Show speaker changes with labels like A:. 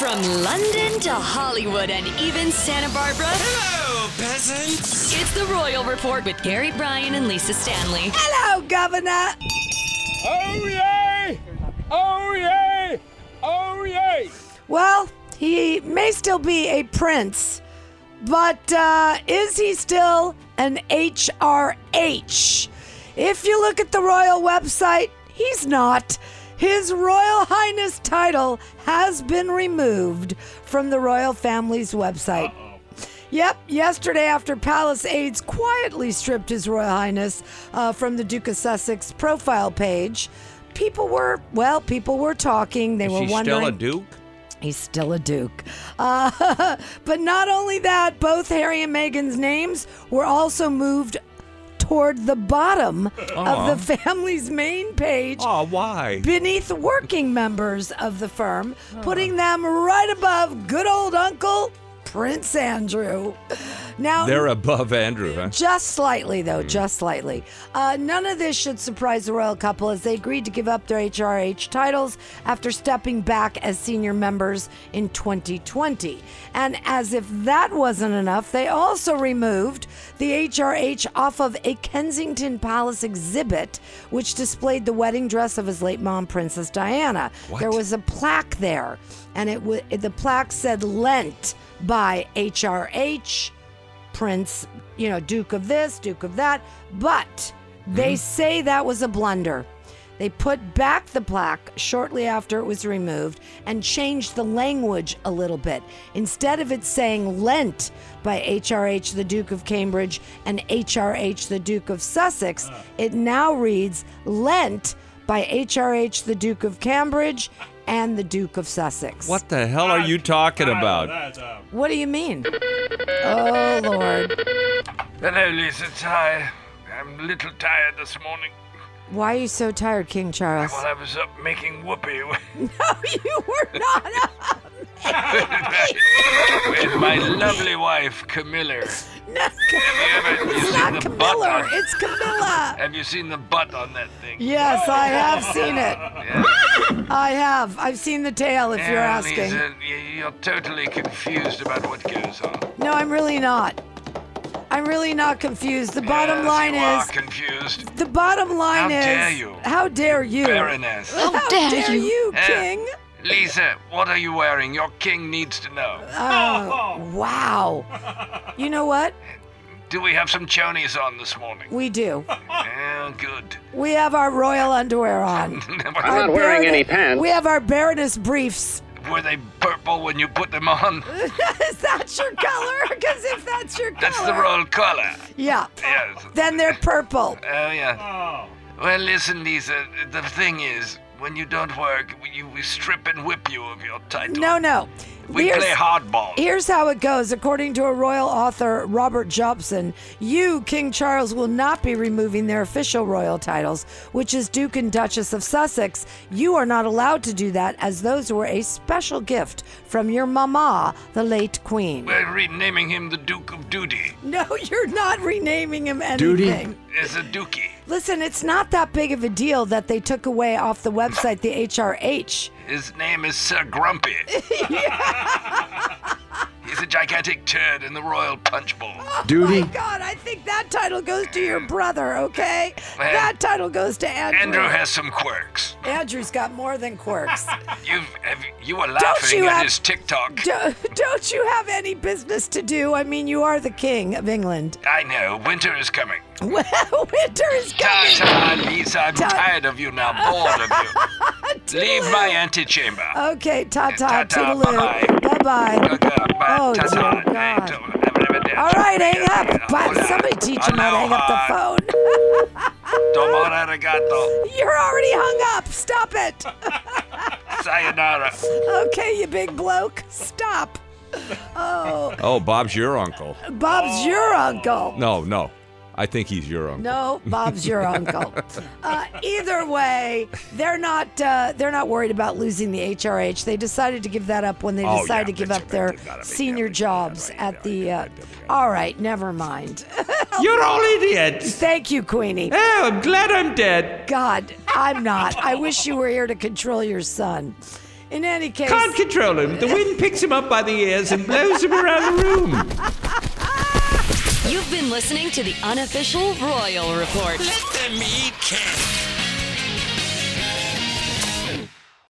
A: From London to Hollywood and even Santa Barbara,
B: Hello, peasants!
A: it's the Royal Report with Gary Bryan and Lisa Stanley.
C: Hello, Governor.
D: Oh yay! Oh yay! Oh yay!
C: Well, he may still be a prince, but uh, is he still an HRH? If you look at the royal website, he's not. His Royal Highness title has been removed from the royal family's website. Yep, yesterday after palace aides quietly stripped His Royal Highness uh, from the Duke of Sussex profile page, people were, well, people were talking. They were
B: She's
C: wondering.
B: still a duke?
C: He's still a Duke. Uh, but not only that, both Harry and Meghan's names were also moved toward the bottom of the family's main page
B: Aw, why?
C: beneath working members of the firm, putting them right above good old Uncle Prince Andrew. Now,
B: They're above Andrew, huh?
C: just slightly, though, just slightly. Uh, none of this should surprise the royal couple as they agreed to give up their HRH titles after stepping back as senior members in 2020. And as if that wasn't enough, they also removed the HRH off of a Kensington Palace exhibit, which displayed the wedding dress of his late mom, Princess Diana. There was a plaque there, and it w- the plaque said "Lent by HRH." prince, you know, duke of this, duke of that. But they say that was a blunder. They put back the plaque shortly after it was removed and changed the language a little bit. Instead of it saying lent by HRH the Duke of Cambridge and HRH the Duke of Sussex, it now reads lent by HRH the Duke of Cambridge and the Duke of Sussex.
B: What the hell are you talking about?
D: That's a
C: What do you mean? Oh lord.
E: Hello, Lisa Ty. I'm a little tired this morning.
C: Why are you so tired, King Charles?
E: Well, I was up making whoopee with
C: you were not.
E: my lovely wife, Camilla.
C: No,
E: Have you, ever, you
C: it's
E: seen
C: not
E: the butt
C: Camilla.
E: on,
C: It's Camilla.
E: Have you seen the butt on that thing?
C: Yes, I have seen it.
E: Yeah.
C: I have. I've seen the tail, if you're
E: Yeah,
C: asking.
E: Lisa, you- you're totally confused about what goes on.
C: No, I'm really not. I'm really not confused. The
E: Yes,
C: bottom line
E: you are
C: is.
E: confused.
C: The bottom line
E: How
C: is.
E: dare you.
C: How dare you?
E: Baroness.
C: How dare, you,
E: Yeah.
C: King?
E: Lisa, what are you wearing? Your king needs to know.
C: Oh, Wow. You know what?
E: Do we have some chonies on this morning?
C: We do.
E: Oh, good.
C: We have our royal underwear on.
E: Our
C: Our
F: wearing any
C: barone-
F: pants.
C: We have our Baroness briefs.
E: Were they purple when you put them on?
C: is that your color? Because if that's your color,
E: That's the royal collar.
C: Yeah.
E: Yes.
C: Then they're purple.
E: Oh, yeah. Well, listen, Lisa, the thing is, when you don't work, we, we strip and whip you of your title.
C: No, no.
E: we
C: here's,
E: play hardball.
C: here's how it goes. According to a royal author, Robert Jobson, you, King Charles, will not be removing their official royal titles, which is Duke and Duchess of Sussex. You are not allowed to do that, as those were a special gift from your mama, the late Queen.
E: We're renaming him the Duke of Duty.
C: No, you're not renaming him
B: Duty.
C: anything.
E: It's a dookie.
C: Listen, it's not that big of a deal that they took away off the website the HRH.
E: His name is Sir Grumpy. He's a gigantic turd in the royal punch bowl.
C: My God, I think that title goes to your brother, okay?
E: Man.
C: That title goes to Andrew.
E: Andrew has some quirks.
C: Andrew's got more than quirks.
E: You've, have, you were laughing
C: you
E: at
C: have-
E: his TikTok.
C: don't, don't you have any business to do? I mean, you are the king of England.
E: I know, winter is coming.
C: Well, winter is coming.
E: Ta-ta, Lisa, I'm
C: Ta-
E: tired of you now, bored of you. Leave my antechamber.
C: Okay, ta ta,
E: Ta-ta,
C: toodaloo. Bye
E: bye-bye.
C: bye. Oh,
E: Ta-ta.
C: dear God. All right, hang up. Bye. Somebody teach him how to hang up the
E: Aloha.
C: phone.
E: Tomorrow, arigato.
C: You're already hung up. Stop it.
E: Sayonara.
C: Okay, you big bloke. Stop. Oh,
B: Oh, Bob's your uncle.
C: Bob's your uncle.
B: No, no. I think he's your uncle.
C: No, Bob's your uncle. Uh, either way, they're not uh, they're not worried about losing the HRH. They decided to give that up when they
B: Oh, yeah,
C: decided to give
B: that's
C: up
B: right.
C: their
B: They've gotta be-
C: senior
B: they've gotta be-
C: jobs
B: they've
C: at
B: gotta be-
C: the. Uh,
B: they've gotta be-
C: all right, never mind.
B: You're all idiots.
C: Thank you, Queenie.
B: Oh, I'm glad I'm dead.
C: God, I'm not. I wish you were here to control your son. In any case,
F: Can't control him. The wind picks him up by the ears and blows him around the room.
A: You've been listening to the unofficial Royal Report.
G: Let them eat cake.